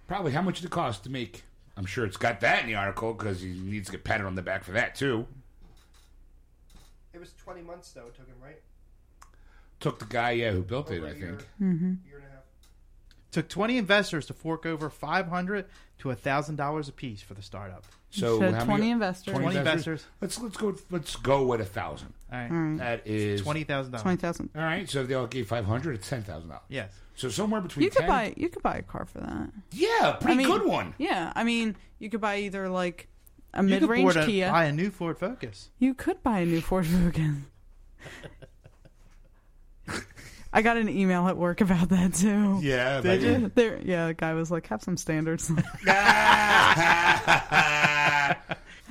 Probably how much did it cost to make? I'm sure it's got that in the article because he needs to get patted on the back for that too.
it was twenty months though. It took him right
Took the guy, yeah, who built it, I think.
Mm-hmm.
year and a half.
Took 20 investors to fork over 500 to $1,000 apiece for the startup.
So, how many-
20 investors.
Let's let's go let's go with a thousand.
All right.
All right.
That is
$20,000.
$20,000.
All right, so if they all gave five hundred, it's ten thousand dollars.
Yes.
So somewhere between
You could
10
buy you could buy a car for that.
Yeah, pretty
I mean,
good one.
Yeah, I mean, you could buy either like a
You could
mid-range
board a-
Kia.
buy a new Ford Focus.
You could buy a new Ford Focus. I got an email at work about that too.
Yeah, Did about you? you?
There, yeah, the guy was like, "Have some standards."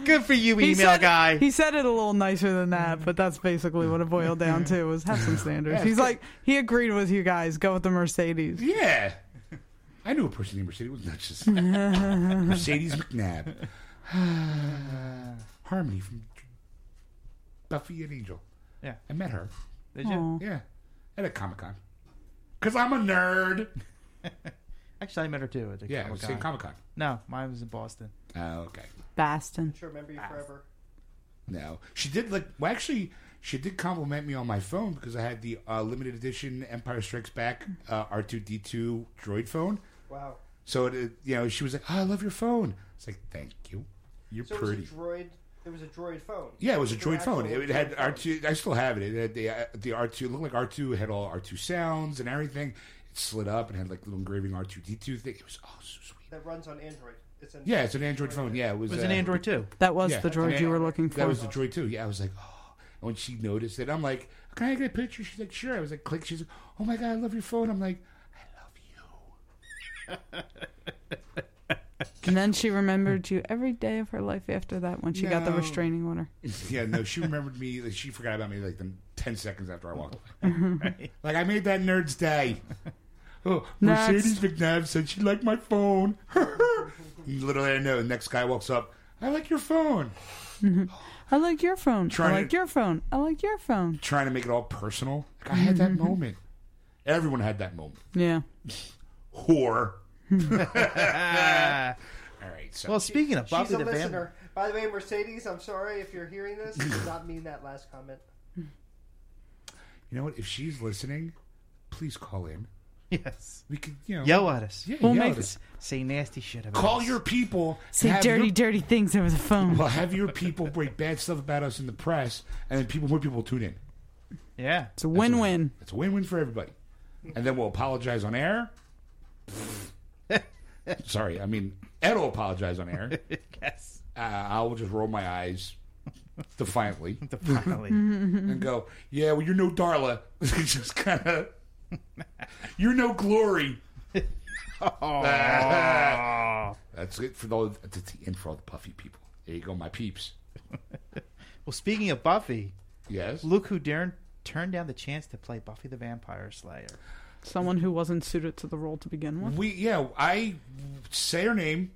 Good for you, email
said,
guy.
He said it a little nicer than that, but that's basically what it boiled down to: was have some standards.
Yeah,
He's
it's
like, he agreed with you guys. Go with the Mercedes.
Yeah. I knew a person named Mercedes was not just Mercedes McNabb. Harmony from Buffy and Angel.
Yeah.
I met her.
Did
Oh.
you? Aw.
Yeah. At a Comic Con. Because I'm a nerd.
Actually, I met her too at the
Yeah, it was
Comic-Con.
the same Comic-Con.
No, mine was in Boston.
Oh, okay.
Bastin.
She'll remember you forever.
No, she did like. Well, actually, she did compliment me on my phone because I had the uh, limited edition Empire Strikes Back uh, R two D two droid phone.
Wow.
So it, it- you know, she was like, oh, "I love your phone." It's like, "Thank you, you're
so
pretty."
it was a droid. It was a droid phone.
yeah, it was a
An
droid phone.
actual
It had
droid
R
phone.
two. I still have it. It had the uh, the R two. Looked like R two had all R two sounds and everything. It slid up and had like little engraving R two D two thing. It was awesome.
that runs on Android. It's an
Yeah, it's an Android phone. Yeah, it was. uh,
It was an Android too.
That was
yeah,
the droid
an
you were
Android.
looking for.
That was the droid too. Yeah, I was like, oh. And when she noticed it, I'm like, can I get a picture? She's like, sure. I was like, click. She's like, oh my god, I love your phone. I'm like,
And then she remembered you every day of her life after that when she got the
No.
restraining order.
yeah, no. She remembered me. Like, she forgot about me like the ten seconds after I walked away. Like I made that nerd's day. Oh, Mercedes McNabb said she liked my phone. Literally, I know. The next guy walks up. I like your phone.
I like your phone.
Trying
I
to-
like your phone. I like your phone.
Trying to make it all personal. Like, I had that
Mm-hmm.
moment. Everyone had that moment.
Yeah.
Whore. all right. So.
Ah. Well, speaking of Buffy
She's a
the Vampire,
listener. By the way, Mercedes, I'm sorry if you're hearing this. I did not mean that last comment.
You know what? If she's listening, please call in.
Yes.
We could, you know.
yell at us.
Yeah, We'll yell make- at us.
us. Say nasty shit about
Call
us.
your people.
Say
have
dirty,
your-
dirty things over the phone.
Well, have your people write bad stuff about us in the press, and then people, more people will tune in.
Yeah.
It's a win win.
It's a win-win for everybody. And then we'll apologize on air. Sorry, I mean, Ed will apologize on air.
yes.
Uh, I will just roll my eyes defiantly
Defiantly.
and go, "Yeah, well, you're no Darla. just kind of, you're no Glory." That's it for the that's the end for all the puffy people. There you go, my peeps.
Well, speaking of Buffy,
Yes.
look who darn turned down the chance to play Buffy the Vampire Slayer.
Someone who wasn't suited to the role to begin with.
We yeah, I say her name.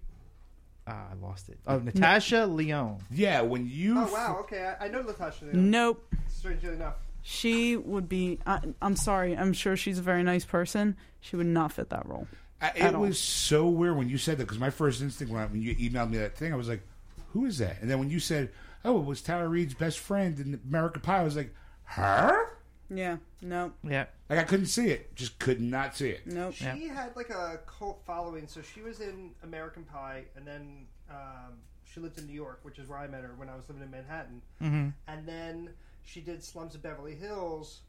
Ah, I lost it. Oh, Natasha Leone.
Yeah, when you
Oh wow. Okay, I, I know Latasha. Leon,
Nope.
Strangely enough,
She would be. I, I'm sorry. I'm sure she's a very nice person. She would not fit that role.
I,
at
it
all.
was so weird when you said that because my first instinct when, I, when you emailed me that thing, I was like, "Who is that?" And then when you said, "Oh, it was Tara Reid's best friend in American Pie," I was like, "Her?"
Yeah. No.
Yeah.
Like I couldn't see it, just could not see it.
Nope.
she had like a cult following. So she was in American Pie, and then um, she lived in New York, which is where I met her when I was living in Manhattan.
Mm-hmm.
And then she did Slums of Beverly Hills,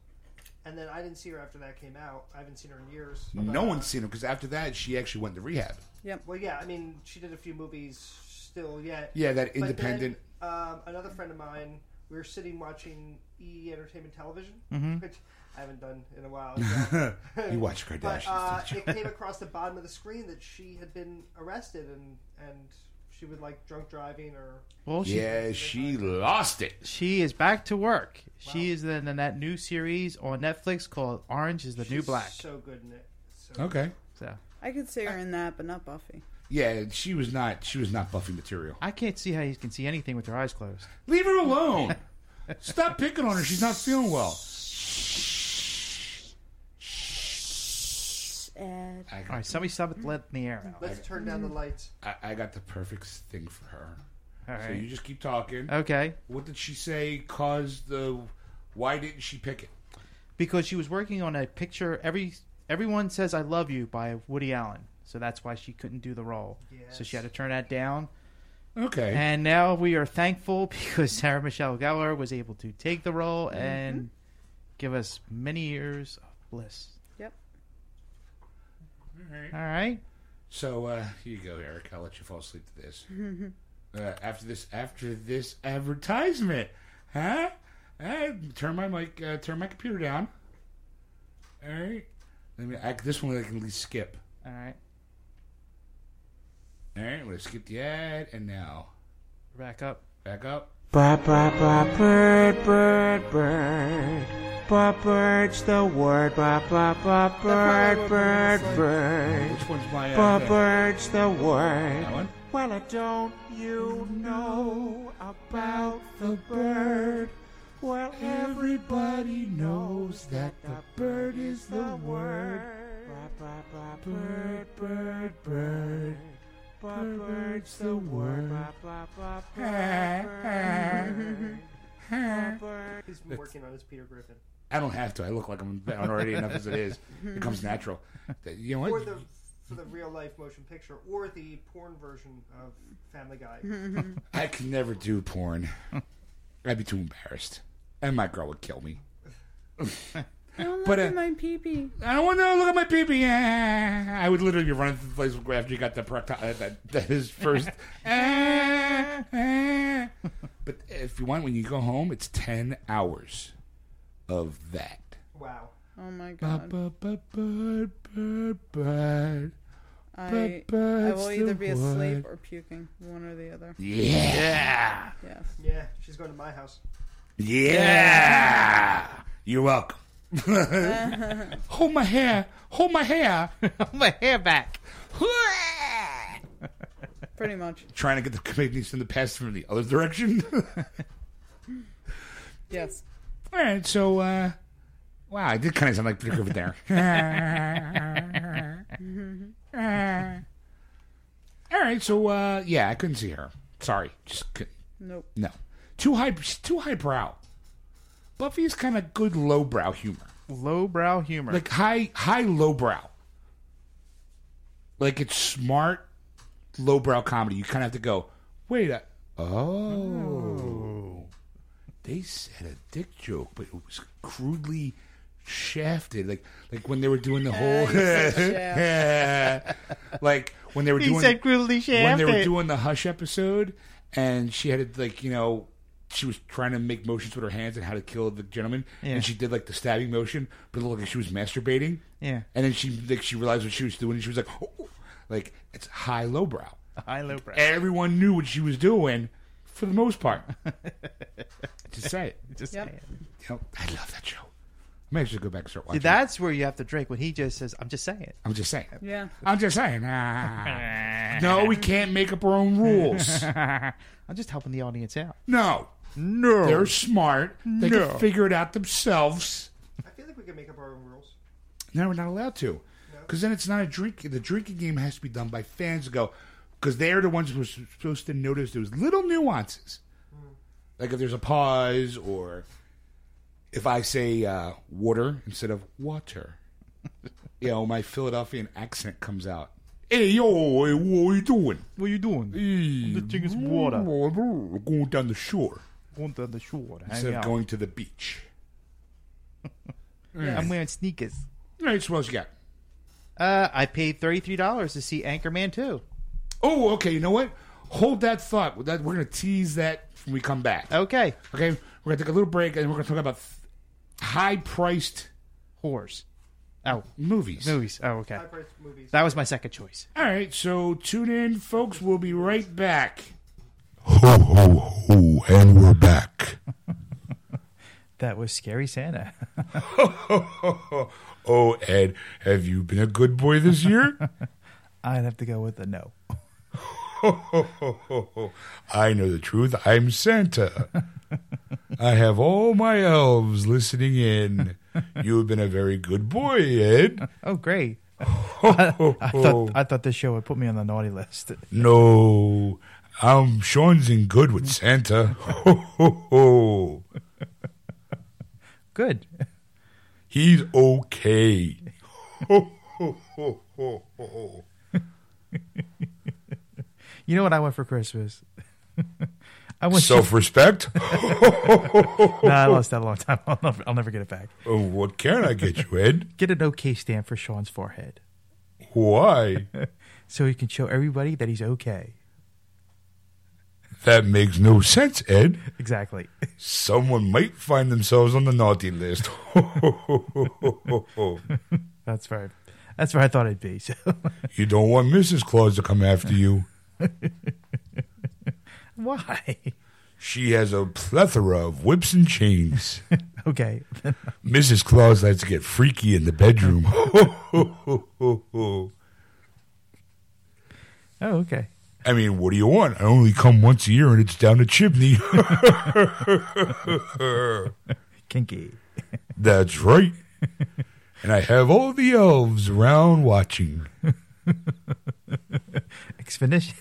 and then I didn't see her after that came out. I haven't seen her in years.
No
But,
one's seen her because after that, she actually went to rehab.
Well, yeah, I mean, she did a few movies still yet.
Yeah, that
But
independent-
then, um, another friend of mine, we were sitting watching E Entertainment Television, which I haven't done in a while. so-
You watch
but
Kardashians,
uh,
don't you?
it came across the bottom of the screen that she had been arrested and and she was like drunk driving or
Well, she,
yeah, she lost it.
she is back to work. She is in that new series on Netflix called Orange is the New
She's
Black.
So good in it. So
Okay.
So
I could see her in that, but not Buffy.
Yeah, she was not. She was not Buffy material.
I can't see how you can see anything with your eyes closed.
Leave her alone. Stop picking on her. She's not feeling well. I,
All right, somebody stop it, let the air out.
Let's turn down the lights.
I, I got the perfect thing for her.
All
So you
right.
just keep talking.
Okay.
What did she say caused the? Why didn't she pick it?
because she was working on a picture. Every everyone says "I love you" by Woody Allen, so that's why she couldn't do the role. So she had to turn that down.
Okay.
And now we are thankful because Sarah Michelle Gellar was able to take the role
Mm-hmm.
and give us many years of bliss.
Yep.
All right.
so uh, here you go, Eric. I'll let you fall asleep to this. uh, after this, after this advertisement, huh? Uh, turn my mic. Uh, turn my computer down. All right. Let me. I, this one I can at least skip.
All right.
All right. We'll skip the ad, and now
We're back up.
back up.
Ba ba ba bird bird bird. Ba bird's the word. Ba ba ba bird bird bird.
Which one's my?
Ba
Uh, thing?
bird's the
that
word.
one.
Well, don't you know about the bird?
Well,
everybody knows that the bird is the word.
Bird, bird,
bird.
Bird,
bird's the word.
He's been working on his Peter Griffin.
I don't have to. I look like I'm I'm already enough as it is. It comes natural. That- You know
Or
what?
the for the real life motion picture, or the porn version of Family Guy.
I can never do porn. I'd be too embarrassed, and my girl would kill me. But, uh,
my pee-pee.
I don't want to look at my pee-pee. Ah, I would literally be running through the place after he got the procto- uh, that, that his first. Ah, ah. But if you want, when you go home, it's ten hours of that.
Wow.
Oh my
Ba,
god.
ba, ba, bird, bird, bird.
I, I
bird's
will either
the
be asleep
word.
or puking, one or the other.
Yeah.
Yes.
Yeah, she's going to my house.
Yeah, you're welcome.
Hold my hair. Hold my hair.
Hold my hair back.
Pretty much.
Trying to get the committees in the past from the other direction.
Yes.
All right, so uh,
wow, I did kind of sound like Peter Griffin there. All right, so uh, yeah, I couldn't see her. Sorry, just could
Nope.
No, too high, she's too highbrow. Buffy's kind of good lowbrow humor,
lowbrow humor,
like high, high lowbrow. Like it's smart, lowbrow comedy. You kind of have to go, wait, a, oh, they said a dick joke, but it was crudely shafted. Like, like when they were doing the whole, uh, like when they were
He
doing
said crudely
when they were
shafted.
doing the Hush episode, and she had to like you know she was trying to make motions with her hands and how to kill the gentleman,
Yeah.
and she did like the stabbing motion, but it looked like she was masturbating.
Yeah.
and then she like she realized what she was doing, and she was like, oh, like it's high lowbrow.
high lowbrow.
Everyone knew what she was doing for the most part. Just say it.
Just
Yep.
say it.
You know, I love that show. I may actually go back and start
See,
watching. it.
that's where you have to drink when he just says, "I'm just saying it."
I'm just saying.
Yeah.
I'm just saying. ah. no, we can't make up our own rules.
I'm just helping the audience out.
No.
No.
They're smart. They
No.
can figure it out themselves.
I feel like we can make up our own rules.
No, we're not allowed to. Because then it's not a drink. The drinking game has to be done by fans to go, because they're the ones who are supposed to notice those little nuances.
Hmm.
Like if there's a pause or if I say uh, water instead of water, you know, my Philadelphian accent comes out. Hey, yo, hey, what are you doing?
What are you doing?
The
Mm. thing is water.
Going down the shore
Going down the shore. to
instead
hang
of
out.
going to the beach.
I'm wearing sneakers.
All right, so what else you got?
Uh, I paid thirty three dollars to see Anchorman two.
Oh, okay. You know what? Hold that thought. That we're gonna tease that when we come back.
Okay.
Okay. We're gonna take a little break and we're gonna talk about high priced
whores. Oh,
movies.
Movies. Oh, okay.
High-priced movies.
That was my second choice.
All right. So tune in, folks. We'll be right back.
ho ho ho, and we're back.
That was Scary Santa.
oh, Ed, have you been a good boy this year?
I'd have to go with a no.
ho ho ho ho ho. I know the truth. I'm Santa. I have all my elves listening in. You've been a very good boy, Ed.
Oh, great.
Ho, ho,
I
ho.
thought I thought this show would put me on the naughty list.
No, I'm Sean's in good with Santa. Ho, ho, ho.
Good.
He's okay. Ho, ho, ho, ho, ho.
You know what I want for Christmas? I want
Self respect?
No, I lost that a long time. I'll never, I'll never get it back.
oh, what can I get you, Ed?
Get an okay stamp for Sean's forehead,
Why?
so he can show everybody that he's okay.
That makes no sense, Ed.
Exactly.
Someone might find themselves on the naughty list. Ho, ho, ho, ho, ho, ho.
That's where that's where I thought it'd be. So
you don't want Mrs. Claus to come after you.
why?
She has a plethora of whips and chains.
Okay.
Mrs. Claus likes to get freaky in the bedroom. Ho, ho, ho, ho, ho.
Oh, okay.
I mean, what do you want? I only come once a year and it's down the chimney.
Kinky.
That's right. And I have all the elves around watching.
Expedition.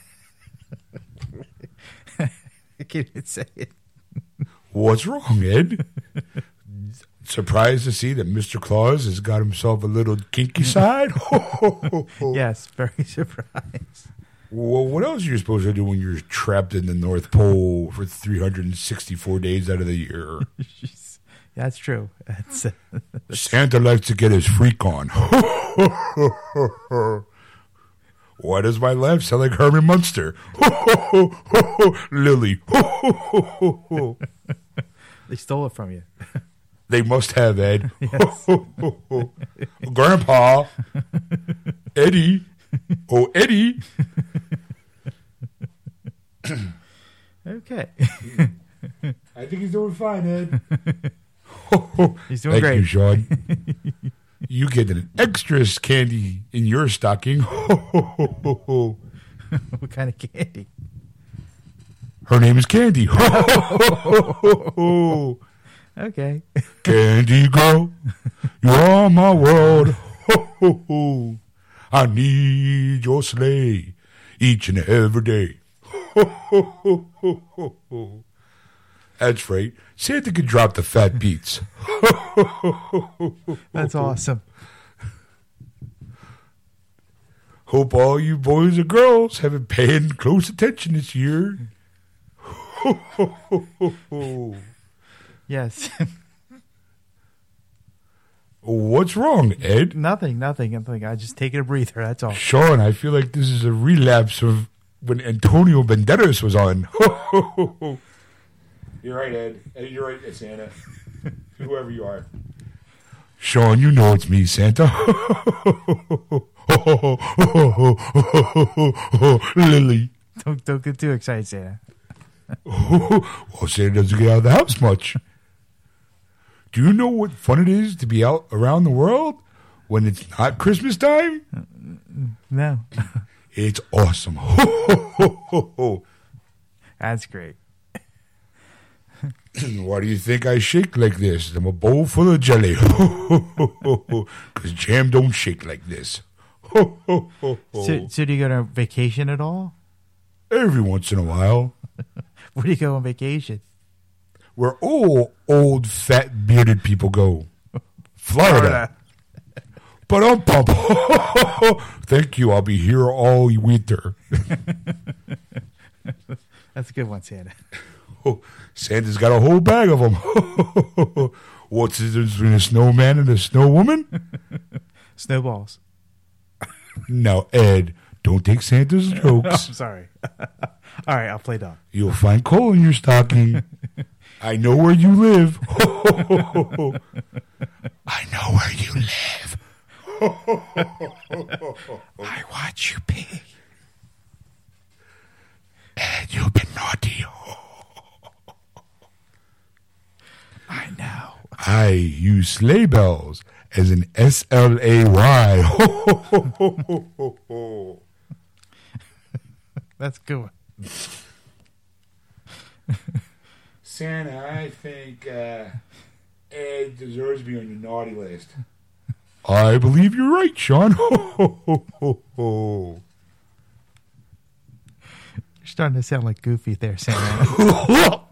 I can't even say it.
What's wrong, Ed? Surprised to see that Mr. Claus has got himself a little kinky side?
yes, very surprised.
Well, what else are you supposed to do when you're trapped in the North Pole for 364 days out of the year?
That's true. That's,
Santa likes to get his freak on. Why does my laugh sound like Herman Munster? Lily.
they stole it from you.
They must have, Ed.
Yes.
Grandpa. Eddie. Oh, Eddie.
Okay.
I think he's doing fine, Ed.
He's doing
Thank
great.
you, Sean. you get an extras candy in your stocking.
what kind of candy?
Her name is Candy.
okay.
Candy girl, you are my world. Ho, ho, ho. I need your sleigh each and every day. Ho, ho, ho, ho, ho, ho. That's right. Santa can drop the fat beats.
That's awesome.
Hope all you boys and girls have been paying close attention this year.
Yes.
What's wrong, Ed?
Nothing, nothing, nothing. I just taking a breather. That's all.
Sean, I feel like this is a relapse of when Antonio Banderas was on.
You're right, Ed. Ed, you're right, it's Anna. Whoever you are.
Sean, you know it's me, Santa. Lily.
Don't don't get too excited, Santa.
well, Santa doesn't get out of the house much. Do you know what fun it is to be out around the world when it's not Christmas time?
No.
It's awesome.
That's great.
Why do you think I shake like this? I'm a bowl full of jelly. Because jam don't shake like this.
So, so do you go to vacation at all?
Every once in a while.
Where do you go on vacation?
Where all old, fat, bearded people go. Florida. But I'm pump. Thank you. I'll be here all winter.
That's a good one, Santa.
Oh, Santa's got a whole bag of them. What's the difference between a snowman and a snow woman?
Snowballs.
Now, Ed, don't take Santa's jokes.
I'm sorry. all right, I'll play dumb.
You'll find coal in your stocking. I know where you live. I know where you live. I watch you pee. And you've been naughty.
I know.
I use sleigh bells as an S L A Y.
That's a good one.
Santa, I think uh, Ed deserves to be on your naughty list.
I believe you're right, Sean.
You're starting to sound like Goofy there, Santa.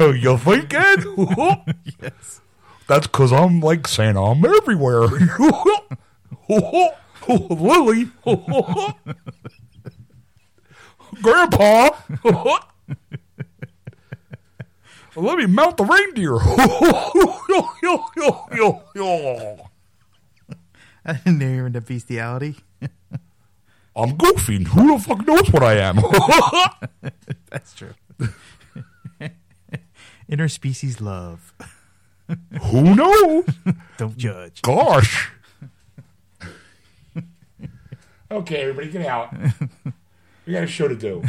Oh, you think it? yes. That's because I'm like saying I'm everywhere. Lily. Grandpa. Let me mount the reindeer.
I didn't know you were into bestiality.
I'm goofy. Who the fuck knows what I am?
That's true. Interspecies love.
Who knows?
Don't judge.
Gosh.
Okay, everybody, get out. we got a show to do.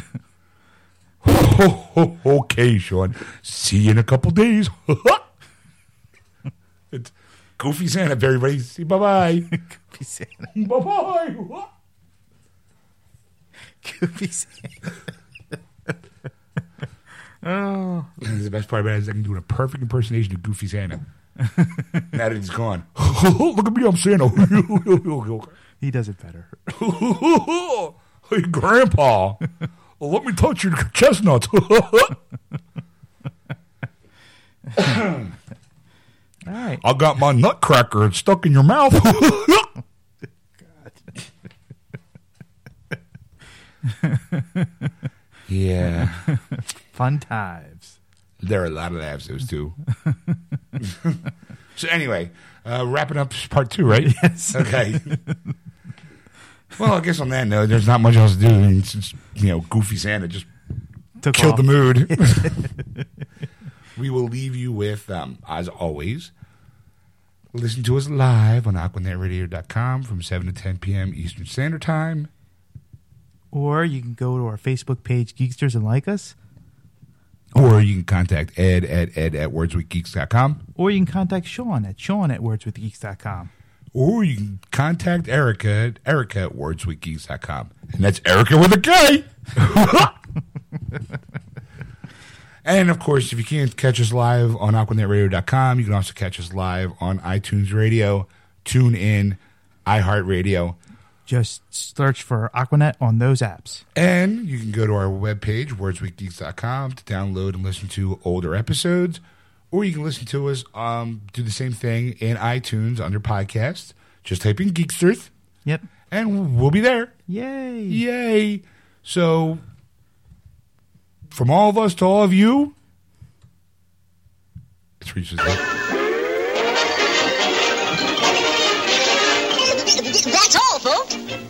okay, Sean. See you in a couple days. it's Goofy Santa, everybody. See, bye bye.
Goofy Santa.
Bye bye.
movies.
Oh. the best part about it is I can do a perfect impersonation of Goofy Santa. now that he's gone. Look at me, I'm Santa.
he does it better.
hey, Grandpa, let me touch your chestnuts. I got my nutcracker stuck in your mouth. yeah.
Fun times.
There are a lot of laughs, those two. so, anyway, uh, wrapping up part two, right?
Yes.
Okay. well, I guess on that note, there's not much else to do. I mean, it's just, you know, Goofy Santa just
Took
killed
off.
the mood. we will leave you with, um, as always, listen to us live on aquanetradio.com from 7 to 10 p.m. Eastern Standard Time.
Or you can go to our Facebook page, Geeksters, and like us.
Or you can contact Ed at ed at wordswithgeeks.com.
Or you can contact Sean at Sean at wordswithgeeks.com.
Or you can contact Erica at Erica at wordswithgeeks.com. And that's Erica with a K. and of course, if you can't catch us live on aquanetradio.com, you can also catch us live on iTunes Radio, TuneIn, iHeartRadio.
Just search for Aquanet on those apps.
And you can go to our webpage, wordsweekgeeks.com, to download and listen to older episodes. Or you can listen to us um, do the same thing in iTunes under podcast. Just type in Geeksters.
Yep.
And we'll be there.
Yay.
Yay. So, from all of us to all of you, it's reached its
That's all, folks.